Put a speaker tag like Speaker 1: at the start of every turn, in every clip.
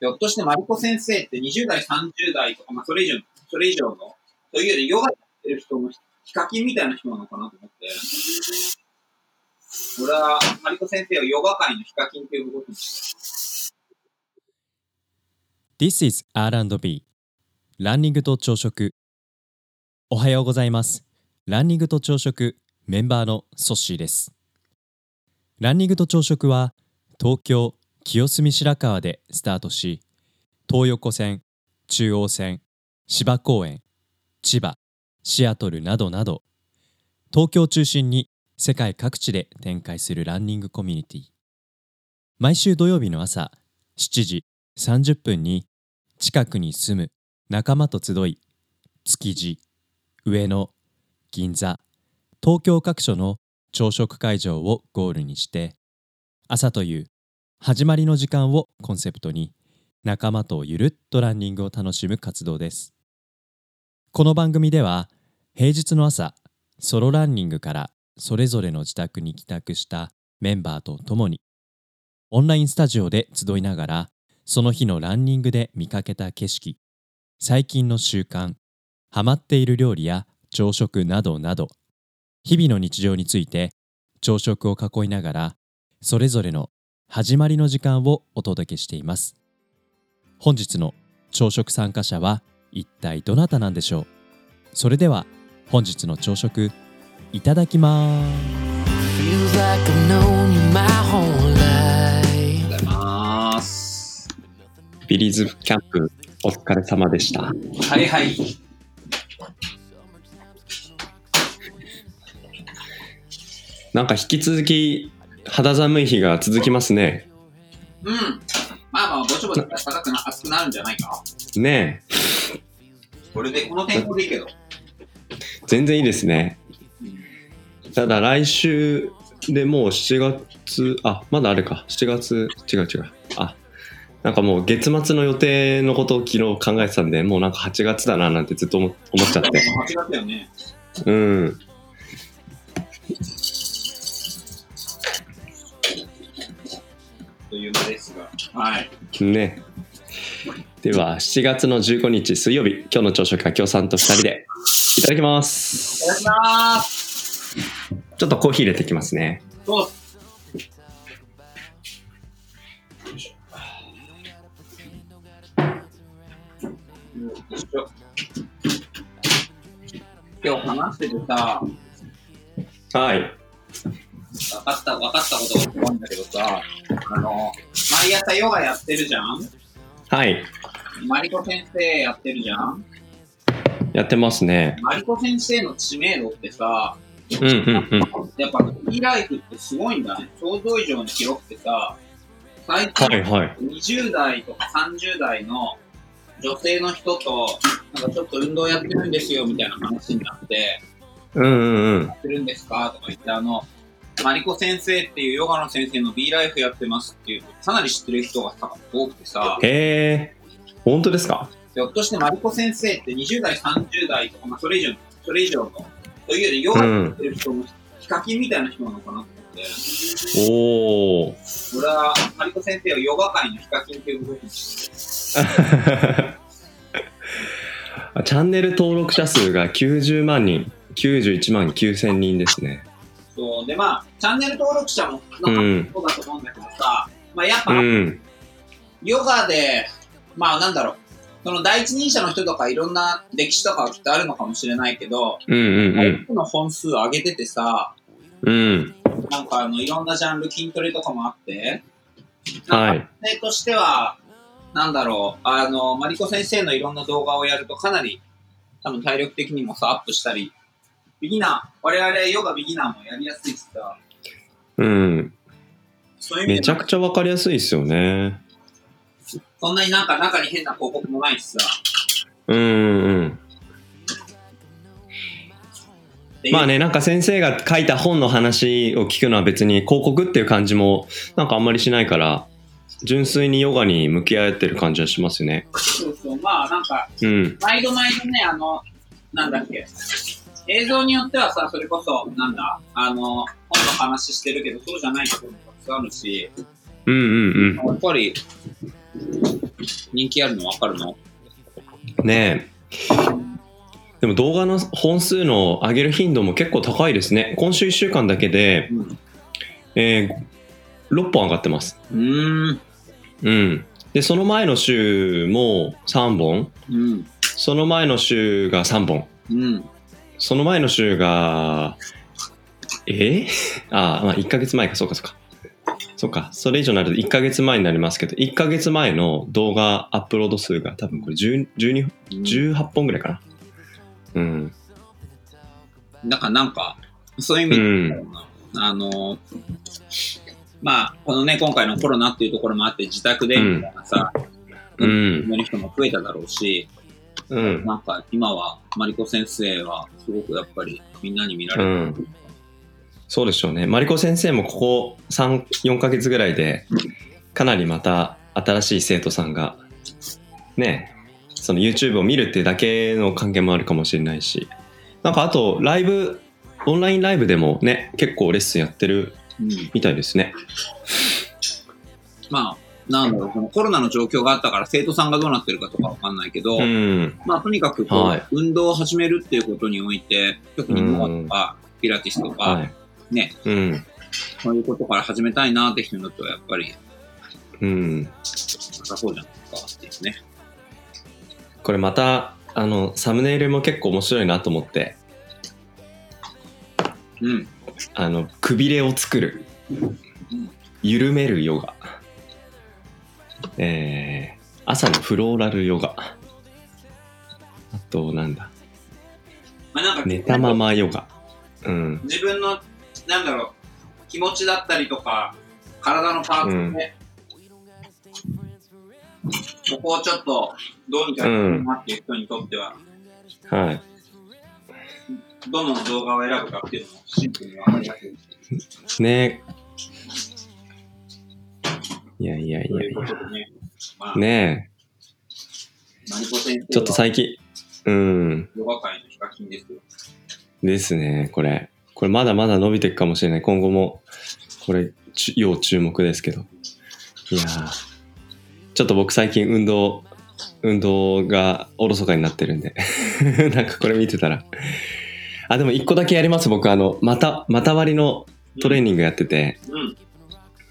Speaker 1: ひょっとして、マリコ先生って20代、30代とか、まあ、それ以上、それ以上の、というより、ヨガやってる人のヒカキンみたいな人なのかなと思って、俺は、マリコ先生をヨガ界のヒカキンっていうことにして、
Speaker 2: This is R&B ランニングと朝食おはようございますランニングと朝食メンバーのソッシーですランニングと朝食は東京清澄白河でスタートし東横線中央線芝公園千葉シアトルなどなど東京を中心に世界各地で展開するランニングコミュニティ毎週土曜日の朝7時30分に近くに住む仲間と集い築地上野銀座東京各所の朝食会場をゴールにして朝という始まりの時間をコンセプトに仲間とゆるっとランニングを楽しむ活動ですこの番組では平日の朝ソロランニングからそれぞれの自宅に帰宅したメンバーと共にオンラインスタジオで集いながらその日のランニングで見かけた景色、最近の習慣、ハマっている料理や朝食などなど、日々の日常について朝食を囲いながら、それぞれの始まりの時間をお届けしています。本日の朝食参加者は一体どなたなんでしょうそれでは本日の朝食、いただきます。
Speaker 3: Feels like I've known you my whole life.
Speaker 1: ありがとうございます。
Speaker 4: ビリーズキャンプお疲れ様でした。
Speaker 1: はいはい。
Speaker 4: なんか引き続き肌寒い日が続きますね。
Speaker 1: うん。まあまあ、ぼちぼち高くな、暑くなるんじゃないか。
Speaker 4: ね
Speaker 1: これで、この天候でいいけど。
Speaker 4: え、全然いいですね。ただ来週でもう7月、あ、まだあれか。7月、違う違う。あ、なんかもう月末の予定のことを昨日考えてたんで、もうなんか8月だななんてずっと思思っちゃっ
Speaker 1: 間違
Speaker 4: て。
Speaker 1: ったよね。
Speaker 4: うん。
Speaker 1: というのですが。はい。
Speaker 4: ねでは7月の15日水曜日今日の朝食は京さんと2人でいただきます
Speaker 1: いただきます。
Speaker 4: ちょっとコーヒー入れてきますね
Speaker 1: どうぞよいしょ今日話しててさ、
Speaker 4: はい
Speaker 1: 分かった、分かったことがあるんだけどさ、あの、毎朝ヨガやってるじゃん
Speaker 4: はい
Speaker 1: マリコ先生やってるじゃん
Speaker 4: やってますね
Speaker 1: マリコ先生の知名度ってさ、
Speaker 4: うんうんうん
Speaker 1: やっぱ、e ライフってすごいんだね。想像以上に広くてさ、最近
Speaker 4: はいはい
Speaker 1: 20代とか30代の女性の人と、なんかちょっと運動やってるんですよみたいな話になって、
Speaker 4: うんうんうん
Speaker 1: やってるんですかとか言って、あの、マリコ先生っていうヨガの先生の B ライフやってますっていう、かなり知ってる人がさ多くてさ、
Speaker 4: へえ本当ですか
Speaker 1: ひょっとしてマリコ先生って20代、30代とか、まあ、それ以上の、それ以上の、というよりヨガやってる人のヒカキンみたいな人なのかなと思って、
Speaker 4: おお
Speaker 1: 俺はマリコ先生をヨガ界のヒカキンっていうことにして、
Speaker 4: チャンネル登録者数が90万人91万9000人ですね
Speaker 1: そうでまあチャンネル登録者も
Speaker 4: う
Speaker 1: の
Speaker 4: ん
Speaker 1: そうだと思うんだけどさ、まあ、やっぱ、
Speaker 4: うん
Speaker 1: ヨガでまあなんだろうその第一人者の人とかいろんな歴史とかはきっとあるのかもしれないけど、
Speaker 4: うんうんうん
Speaker 1: 多くの本数上げててさ
Speaker 4: うん
Speaker 1: なんかあのいろんなジャンル筋トレとかもあって
Speaker 4: はい
Speaker 1: でとしてはなんだろうあのマリコ先生のいろんな動画をやるとかなり多分体力的にもさアップしたりビギナー我々ヨガビギナーもやりやすいしさ
Speaker 4: うん
Speaker 1: そういう意
Speaker 4: め
Speaker 1: 味
Speaker 4: ち
Speaker 1: で
Speaker 4: ゃ
Speaker 1: も
Speaker 4: くちゃわかりやすいですよね。
Speaker 1: そんなになんか中に変な広告もないしさ
Speaker 4: うんうんうん。
Speaker 1: っていう
Speaker 4: まあね、なんか先生が書いた本の話を聞くのは別に広告っていう感じもなんかあんまりしないから、純粋にヨガに向き合ってる感じはしますよね。
Speaker 1: そうそう、まあなんか、
Speaker 4: うん。
Speaker 1: 毎度毎度ね、あの、なんだっけ、映像によってはさ、それこそ、なんだ、あの、本の話してるけど、そうじゃないところもたくさんあるし、
Speaker 4: うんうんうん。
Speaker 1: やっぱり、人気あるの分かるの
Speaker 4: ねえ。でも動画の本数の上げる頻度も結構高いですね。今週1週間だけで、
Speaker 1: うん。う
Speaker 4: えー6本上がってます。
Speaker 1: ーん。
Speaker 4: うん。で、その前の週も3本、
Speaker 1: うん。
Speaker 4: その前の週が3本、
Speaker 1: うん。
Speaker 4: その前の週が、えー あー、まあ、1ヶ月前か、そうか、そうか。そうか、それ以上になると1ヶ月前になりますけど、1ヶ月前の動画アップロード数が多分これ10 12 18本ぐらいかな。うん。
Speaker 1: だからなんか、そういう意味で、あの、まあ、このね、今回のコロナっていうところもあって、自宅でみたいなさ、
Speaker 4: う
Speaker 1: 飲
Speaker 4: ん。
Speaker 1: める人も増えただろうし、
Speaker 4: うん。
Speaker 1: なんか今は、マリコ先生は、すごくやっぱり、みんなに見ら
Speaker 4: う
Speaker 1: れる。
Speaker 4: ん。そうでしょうね。マリコ先生もここ3、4ヶ月ぐらいで、かなりまた新しい生徒さんが、ね、その YouTube を見るっていうだけの関係もあるかもしれないし、なんかあと、ライブ、オンラインライブでもね、結構レッスンやってる
Speaker 1: うん
Speaker 4: みたいですね。
Speaker 1: まあ、なんだろう、このコロナの状況があったから、生徒さんがどうなってるかとかわかんないけど、
Speaker 4: うん。
Speaker 1: まあ、とにかくこう、
Speaker 4: はい
Speaker 1: 運動を始めるっていうことにおいて、特にヨガとか、ピラティスとか、
Speaker 4: はい。
Speaker 1: ね。
Speaker 4: うん。
Speaker 1: そういうことから始めたいなって人にとっては、やっぱり、
Speaker 4: うん。
Speaker 1: 高そうじゃないですか、ですね。
Speaker 4: これまた、あの、サムネイルも結構面白いなと思って、
Speaker 1: うん。
Speaker 4: あの、くびれを作る。緩めるヨガ。えー、朝のフローラルヨガ。あと、なんだ。
Speaker 1: まあ、なんか、
Speaker 4: 寝たままヨガ。うん。
Speaker 1: 自分の、なんだろう、気持ちだったりとか、体のパーツで、ここをちょっと、どうにかしたいなっていう人にとっては、
Speaker 4: はい。
Speaker 1: どの動画を選ぶかっていうのもシンプルに分かりやすい
Speaker 4: ねいやいやい
Speaker 1: と
Speaker 4: や
Speaker 1: い
Speaker 4: いう
Speaker 1: こ
Speaker 4: や。
Speaker 1: とでね、まあ、
Speaker 4: ね
Speaker 1: マリコ先生
Speaker 4: え。ちょっと最近。うん。
Speaker 1: ヨガ界のヒカキンですよ。
Speaker 4: ですね、これ。これまだまだ伸びていくかもしれない。今後も、これ、ちゅ要注目ですけど。いやーちょっと僕最近運動、運動がおろそかになってるんで。 なんかこれ見てたら。あ、でも一個だけやります。僕、あの、また、股割りのトレーニングやってて、
Speaker 1: うん。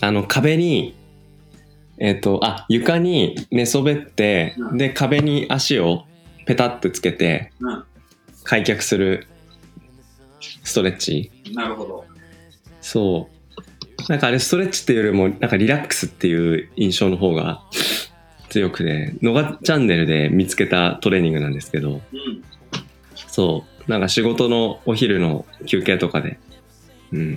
Speaker 4: あの、壁に、えっ、と、あ、床に寝そべって、
Speaker 1: うん
Speaker 4: で、壁に足をペタってつけて、
Speaker 1: うん。
Speaker 4: 開脚するストレッチ。
Speaker 1: なるほど。
Speaker 4: そう。なんかあれストレッチっていうよりも、なんかリラックスっていう印象の方が強くて、のがチャンネルで見つけたトレーニングなんですけど、
Speaker 1: うん。
Speaker 4: そう。なんか仕事のお昼の休憩とかで、うん。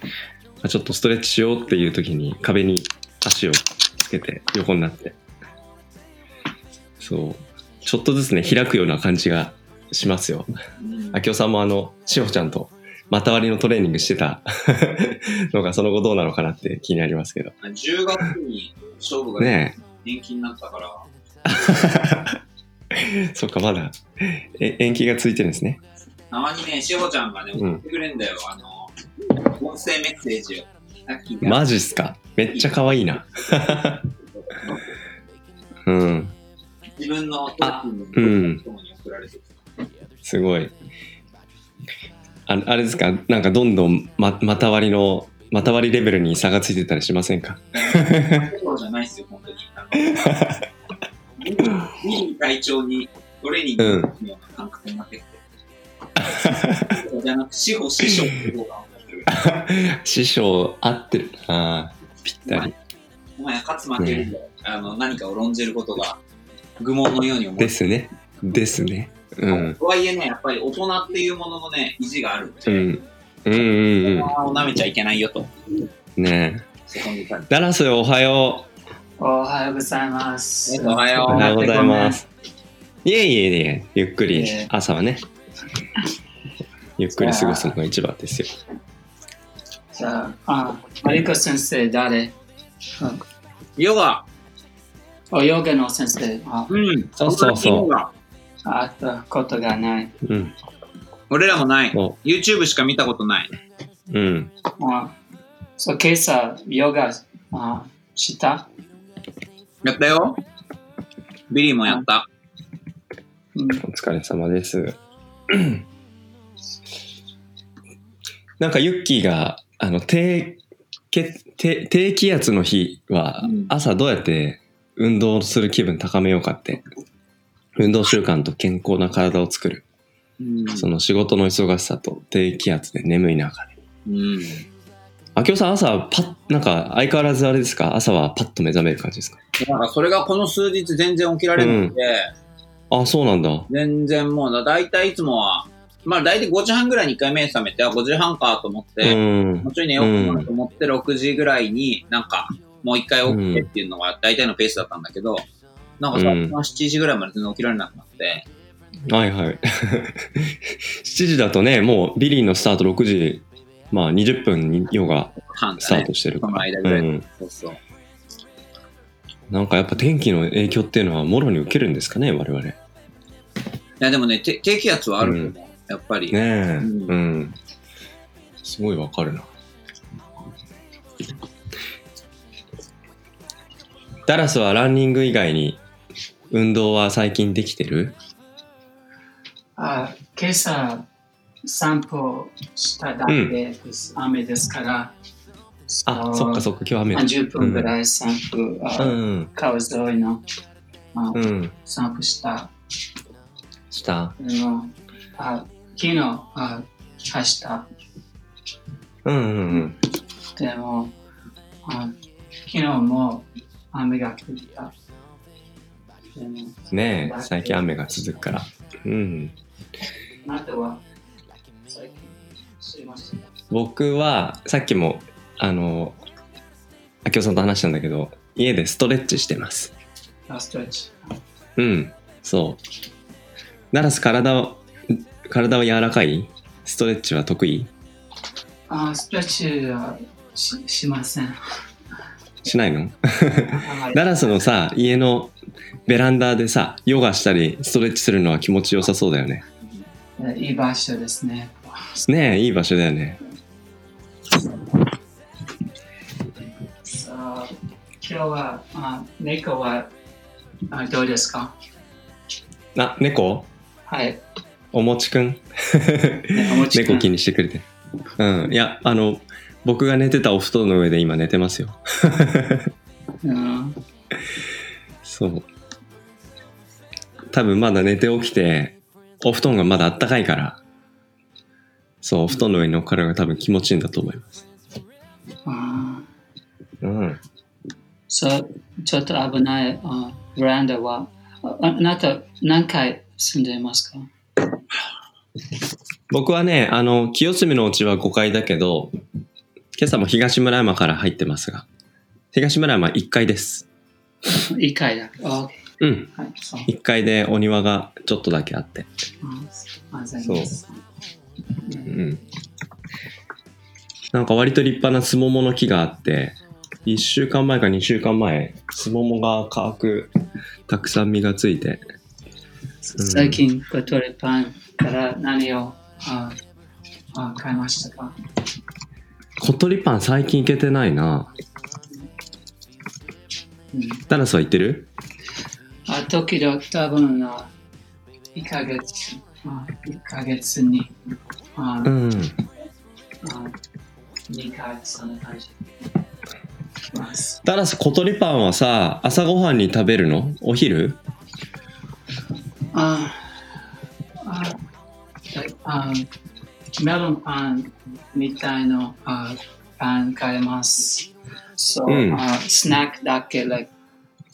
Speaker 4: まあちょっとストレッチしようっていう時に壁に足をつけて横になって。そう。ちょっとずつね、開くような感じがしますよ。
Speaker 1: うん
Speaker 4: あきおさんもあの、しほちゃんと股割りのトレーニングしてた のがその後どうなのかなって気になりますけど。
Speaker 1: 10月に勝負が
Speaker 4: ね
Speaker 1: 延期になったから、
Speaker 4: え。そっか、まだ、え、延期がついてるんですね。
Speaker 1: たまにね、しほちゃんがね、
Speaker 4: うん
Speaker 1: 送ってくれんだよ、あの、音声メッセージを。さっきが
Speaker 4: マジっすか。めっちゃ可愛いな。 うん。
Speaker 1: 自分のトークの
Speaker 4: あうん
Speaker 1: ともに送られてき
Speaker 4: すごい。ああれですか、なんかどんどん、ま、股割りの、股割りレベルに差がついてたりしませんか
Speaker 1: た。ところじゃないですよ、本当に。あの、ミリ会長にトレーニングのような感覚になってきて。そうじゃなく、しほ師匠の方が送ってくる。
Speaker 4: 師匠、合ってる。ああ、ぴったり。
Speaker 1: お前、勝つ負けるんだよ。あの、何かを論じることが愚問のように思う
Speaker 4: で。すね。ですね。うん。
Speaker 1: とはいえね、やっぱり大人っていうもののね、意地があるん
Speaker 4: う
Speaker 1: で、
Speaker 4: ん。うんうんうん
Speaker 1: 大。人を舐めちゃいけないよと、
Speaker 4: ねえ。
Speaker 1: そこにいた
Speaker 4: ダラスおはよ
Speaker 5: おはようございます。
Speaker 1: おはよ
Speaker 4: う。
Speaker 1: う
Speaker 4: おはようございます。いえいえいえ、ゆっくり
Speaker 5: いえ、
Speaker 4: 朝はね、ゆっくり過ごすのが一番ですよ。
Speaker 5: じゃあ、あ、マリコ先生誰あ
Speaker 1: ヨガ
Speaker 5: おヨガの先生。あ、
Speaker 1: うん、
Speaker 4: そうそうそう
Speaker 1: う。
Speaker 5: 会ったことがない。
Speaker 4: うん。
Speaker 1: 俺らもない。
Speaker 4: お
Speaker 1: YouTube しか見たことない。
Speaker 4: うん。
Speaker 5: あ、そう、今朝ヨガあした
Speaker 1: やったよ。ビリーもやった。
Speaker 5: うん
Speaker 4: お疲れ様です。 なんかユッキーが、あの、低血低低気圧の日は
Speaker 1: うん、
Speaker 4: 朝どうやって運動する気分高めようかって、運動習慣と健康な体を作る。
Speaker 1: うん。
Speaker 4: その仕事の忙しさと低気圧で眠い中で。
Speaker 1: うん。
Speaker 4: あきおさん、朝、パッ、なんか、相変わらずあれですか朝はパッと目覚める感じですか
Speaker 1: だからそれがこの数日全然起きられなくて、
Speaker 4: あ、そうなんだ。
Speaker 1: 全然もう、だいたいいつもは、まあだいたい5時半ぐらいに1回目覚めて、あ、5時半かと思っ
Speaker 4: う
Speaker 1: て、
Speaker 4: ん
Speaker 1: も。うちょい寝ようかなと思って6時ぐらいになんか、もう一回起きてっていうのが大体のペースだったんだけど、なんかさ、
Speaker 4: うん
Speaker 1: まあ7時ぐらいまで全然起きられなくなって、
Speaker 4: はいはい。7時だとね、もうビリーのスタート6時、まあ20分にヨガ
Speaker 1: 半
Speaker 4: ス
Speaker 1: だ
Speaker 4: タ
Speaker 1: ね
Speaker 4: ー。トしてるか
Speaker 1: その
Speaker 4: ら、
Speaker 1: 間ぐらい
Speaker 4: うん、
Speaker 1: そうそう。
Speaker 4: なんかやっぱ天気の影響っていうのはもろに受けるんですかね、我々。ね
Speaker 1: いやでもね、て低気圧はあると思う。やっぱり。
Speaker 4: え、
Speaker 1: うん
Speaker 4: うん。すごいわかるな。ダラスはランニング以外に運動は最近できてる
Speaker 5: あ今朝散歩しただけです、雨ですから。
Speaker 4: あ、そっかそっか、今日雨だ。
Speaker 5: 30分ぐらい散歩、
Speaker 4: う
Speaker 5: あ
Speaker 4: ん、
Speaker 5: 川沿いの、あ
Speaker 4: うん、
Speaker 5: 散歩した。
Speaker 4: した。
Speaker 5: でもあ昨日あ走った。
Speaker 4: うん、うん、
Speaker 5: でもあ昨日も雨が降った。でも
Speaker 4: うん。ねえ、最近雨が続くから。うん。
Speaker 5: あとは最近知りました。
Speaker 4: 僕はさっきもあの明夫さんと話したんだけど家でストレッチしてます
Speaker 5: ラストレッチ。
Speaker 4: うんそうナラス体を体は柔らかいストレッチは得意
Speaker 5: あストレッチはしし ません。
Speaker 4: しない の
Speaker 5: あまり
Speaker 4: ナラスのさ家のベランダでさヨガしたりストレッチするのは気持ちよさそうだよね
Speaker 5: えいい場所ですね。
Speaker 4: ねえいい場所だよね
Speaker 5: さあ今日はあ猫はあどうですか
Speaker 4: あ猫
Speaker 5: はい。
Speaker 4: おもちくん
Speaker 5: 猫
Speaker 4: 猫気にしてくれてうんいやあの僕が寝てたお布団の上で今寝てますよ
Speaker 5: うん
Speaker 4: そう。多分まだ寝て起きて、お布団がまだあったかいから、そう、お布団の上に乗っかるのが多分気持ちいいんだと思います。
Speaker 5: あ
Speaker 4: うん。
Speaker 5: そう、ちょっと危ないあブランドは。あああなた、何回住んでいますか
Speaker 4: 僕はね、あの、清澄のうちは5階だけど、今朝も東村山から入ってますが、東村山1階です。
Speaker 5: ?1 回だけ。あ
Speaker 4: うん。
Speaker 5: はい、そう。
Speaker 4: 1階でお庭がちょっとだけあって。
Speaker 5: あ安全です。
Speaker 4: うん。なんか割と立派なスモモの木があって、1週間前か2週間前、スモモが赤くたくさん実がついて、うん
Speaker 5: 最近、コトレパンから何をああ買いましたか
Speaker 4: 小鳥パン最近行けてないな。
Speaker 5: うん
Speaker 4: ダラスは行ってる
Speaker 5: あ時々多分あ1ヶ月あ1ヶ月にあ、
Speaker 4: うん。
Speaker 5: あ2回そんな感じます。
Speaker 4: ダラス、小鳥パンはさ、朝ごはんに食べるのお昼
Speaker 5: あああメロンパンみたいなあパン買います。そう、
Speaker 4: うん
Speaker 5: あスナックだけ、like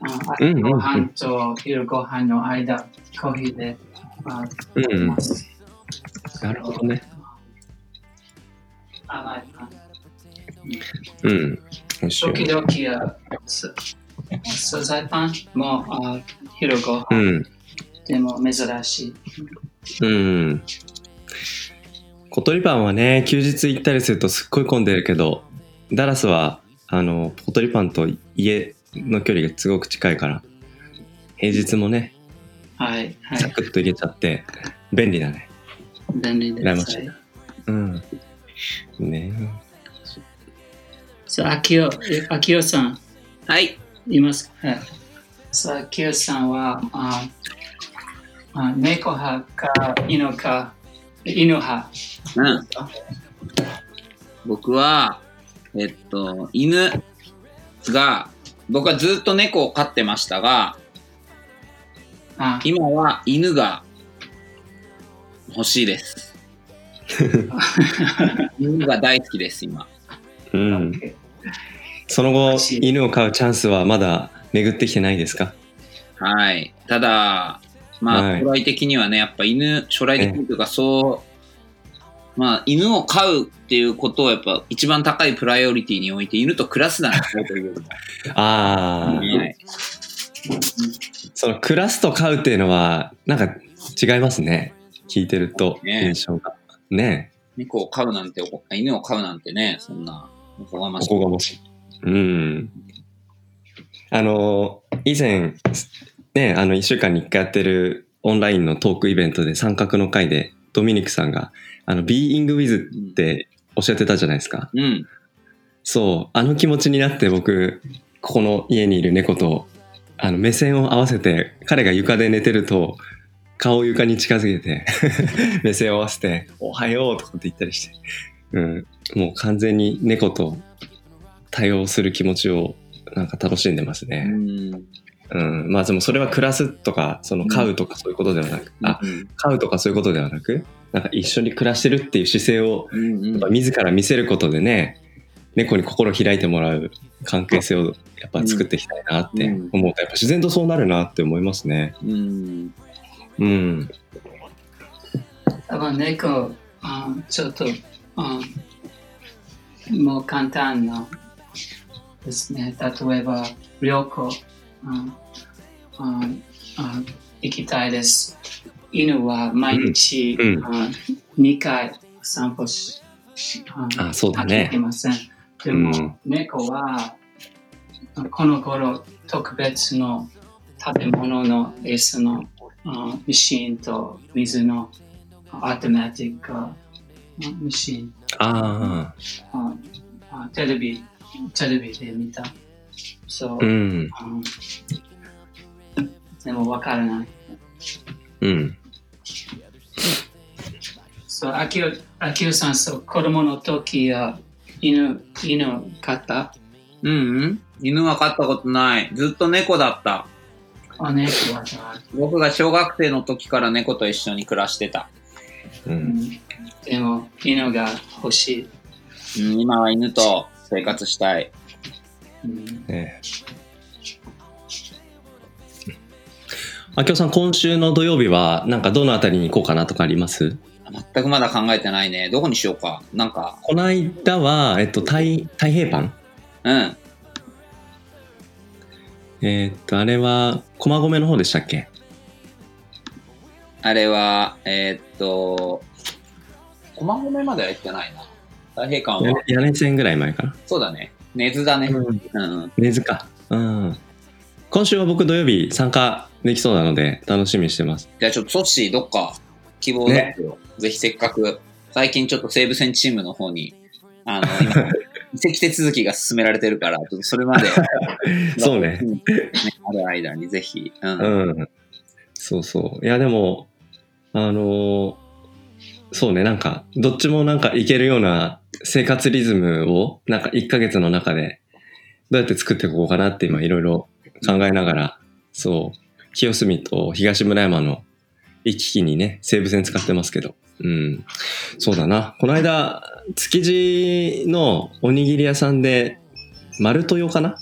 Speaker 5: あ
Speaker 4: うんうんうん
Speaker 5: ご飯と昼ご飯の間、コーヒーであ
Speaker 4: う
Speaker 5: 買い
Speaker 4: ん
Speaker 5: ま。す。
Speaker 4: なるほどね。
Speaker 5: 甘いパン
Speaker 4: うん。美味しいよ
Speaker 5: 時
Speaker 4: ね。
Speaker 5: 々あす素材パンもあ昼ご飯
Speaker 4: うん。
Speaker 5: でも珍しい。
Speaker 4: うん。小鳥パンはね、休日行ったりするとすっごい混んでるけど、ダラスは、あの、小鳥パンと家の距離がすごく近いから、平日もね、
Speaker 5: はい、は
Speaker 4: サ
Speaker 5: い、
Speaker 4: クッと行けちゃって、便利だね。
Speaker 5: 便利
Speaker 4: 羨
Speaker 5: で。
Speaker 4: ますし
Speaker 5: はい
Speaker 4: いうん。ね
Speaker 5: そう、秋代、え秋代さん、
Speaker 1: はい。
Speaker 5: いますかはい。さあ、キヨさんは、ああ猫派か犬か、犬派。
Speaker 1: 何ですか僕は、えっと、犬が、僕はずっと猫を飼ってましたが、
Speaker 5: あ
Speaker 1: 今は犬が欲しいです。犬が大好きです、今。
Speaker 4: うん。その後、犬を飼うチャンスはまだ巡ってきてないですか
Speaker 1: はい。ただ、ま
Speaker 4: は
Speaker 1: あ、
Speaker 4: い
Speaker 1: 将来的にはね、やっぱ犬、将来的にというか、そう、まあ、犬を飼うっていうことを、やっぱ、一番高いプライオリティに置いて、犬と暮らすなら、という
Speaker 4: ああ、
Speaker 1: はい
Speaker 4: その暮らすと飼うっていうのは、なんか違いますね。聞いてると、
Speaker 1: ね
Speaker 4: 印象が。ね
Speaker 1: 猫を飼うなんて、犬を飼うなんてね、そんな、おこがま
Speaker 4: お
Speaker 1: しい
Speaker 4: こ。がましい。うん。あの、以前、ね、あの、1週間に1回やってるオンラインのトークイベントで、三角の会で、ドミニクさんが、あの、ビーイングウィズっておっしゃってたじゃないですか。
Speaker 1: うん。
Speaker 4: そう、あの気持ちになって僕、ここの家にいる猫と、あの、目線を合わせて、彼が床で寝てると、顔を床に近づけて、 目線を合わせて、おはようとかって言ったりして、うん、もう完全に猫と対応する気持ちを、なんか楽しんでます
Speaker 1: う
Speaker 4: ね。
Speaker 1: ん。
Speaker 4: うん。まあでもそれは暮らすとか、その飼うとかそういうことではなく、あ、
Speaker 1: うん
Speaker 4: 飼うとかそういうことではなく、なんか一緒に暮らしてるっていう姿勢を
Speaker 1: うんうん
Speaker 4: やっぱ自ら見せることでね猫に心開いてもらう関係性をやっぱ作っていきたいなって
Speaker 1: うん
Speaker 4: 思うとやっぱ自然とそうなるなって思いますね。
Speaker 1: うん。
Speaker 4: うん、
Speaker 5: 多分猫、あちょっと、あもう簡単なですね。例えば、旅行、あああ行きたいです。犬は毎日、
Speaker 4: うんうん
Speaker 5: あ2回散歩し、しあ
Speaker 4: あそうだね
Speaker 5: 飽きてません。で
Speaker 4: う
Speaker 5: も、
Speaker 4: ん
Speaker 5: 猫はこの頃特別の建物の椅子のあマシンと水のアトマティックあマシン
Speaker 4: ああ
Speaker 5: ああテレビテレビで見たそう、
Speaker 4: うん
Speaker 5: あでもわからない
Speaker 4: うん
Speaker 5: そうあきおあきおさんそう子供の時あ犬犬飼った
Speaker 1: うんうん。犬は飼ったことない。ずっと猫だった。
Speaker 5: あ猫はじゃあ
Speaker 1: 僕が小学生の時から猫と一緒に暮らしてた。
Speaker 4: う
Speaker 5: うんんでも犬が欲しい、
Speaker 1: うん今は犬と生活したい。
Speaker 5: うん
Speaker 4: ねあきおさん今週の土曜日はなんかどのあたりに行こうかなとかあります
Speaker 1: 全くまだ考えてないね。どこにしようか。なんか、
Speaker 4: この間は、えっと、太太平パン
Speaker 1: うん。
Speaker 4: えっとあれは駒込の方でしたっけ
Speaker 1: あれは、えーっと、駒込までは行ってないな。太平間は、
Speaker 4: 屋根線ぐらい前かな
Speaker 1: そうだね。根津だね。うんうん。
Speaker 4: 根津か。うん。今週は僕土曜日参加できそうなので楽しみにしてます。
Speaker 1: じゃあちょっとソッシーどっか希望だけど、ぜひせっかく、最近ちょっと西武線チームの方に、あ の、今、移籍手続きが進められてるから、ちょっとそれまで、
Speaker 4: そうね。
Speaker 1: ん。ねある間にぜひ、うん。
Speaker 4: うん。そうそう。いやでも、あのーそうね、なんか、どっちもなんかいけるような生活リズムを、なんか1ヶ月の中で、どうやって作っていこうかなって今いろいろ考えながら、そう、清澄と東村山の行き来にね、西武線使ってますけど、うん。そうだな。この間、築地のおにぎり屋さんで、丸豊かな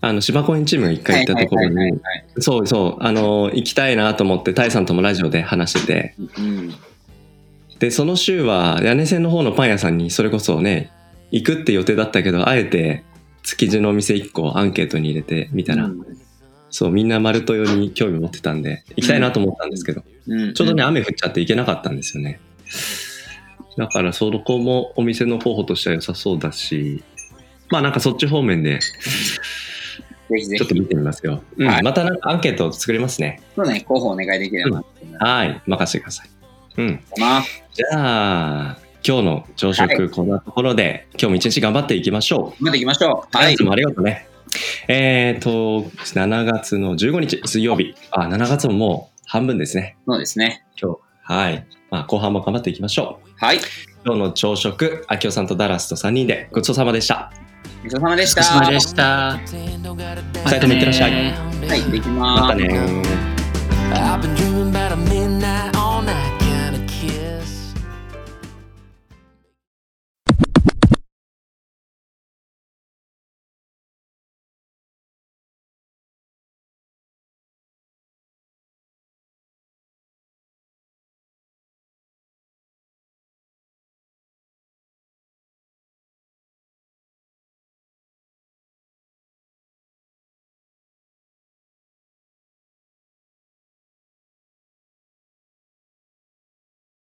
Speaker 4: あの、芝公園チームが一回行ったところ
Speaker 1: はい
Speaker 4: に
Speaker 1: はい、はい
Speaker 4: そうそう、あの、行きたいなと思って、タイさんともラジオで話してて、
Speaker 1: はい。うん。
Speaker 4: で、その週は、屋根線の方のパン屋さんに、それこそね、行くって予定だったけど、あえて、築地のお店1個アンケートに入れてみたら、
Speaker 1: うん
Speaker 4: そう、みんな丸豊に興味持ってたんで、行きたいなと思ったんですけど、
Speaker 1: うん。
Speaker 4: ちょうどね、雨降っちゃって行けなかったんですよね。だから、そこもお店の候補としては良さそうだし、まあなんかそっち方面で、
Speaker 1: ぜひぜ
Speaker 4: ち
Speaker 1: ひ
Speaker 4: ょっと。見てみますよ。うん
Speaker 1: はい
Speaker 4: またなんかアンケートを作りますね。
Speaker 1: そうね、候補お願いできればなって思い
Speaker 4: はい、任せてください。うん。
Speaker 1: ます。
Speaker 4: じゃあ、今日の朝食、こんなところで、今日も一日頑張っていきましょう。
Speaker 1: 頑張っていきましょう。は
Speaker 4: はい、い
Speaker 1: い
Speaker 4: つ。もありがとうね。えっ、と、7月の15日水曜日。あ、7月ももう半分ですね。
Speaker 1: そうですね。
Speaker 4: 今日。はい。まあ、後半も頑張っていきましょう。
Speaker 1: はい。
Speaker 4: 今日の朝食、あきおさんとダラスと3人でごちそうさまでした。
Speaker 1: ごちそうさまでし
Speaker 5: お
Speaker 1: た。
Speaker 5: 疲れ様でした。
Speaker 4: 二人ともいってらっしゃい。
Speaker 1: はい、できまーす。
Speaker 4: またねー。
Speaker 3: I've been dreaming about a midnight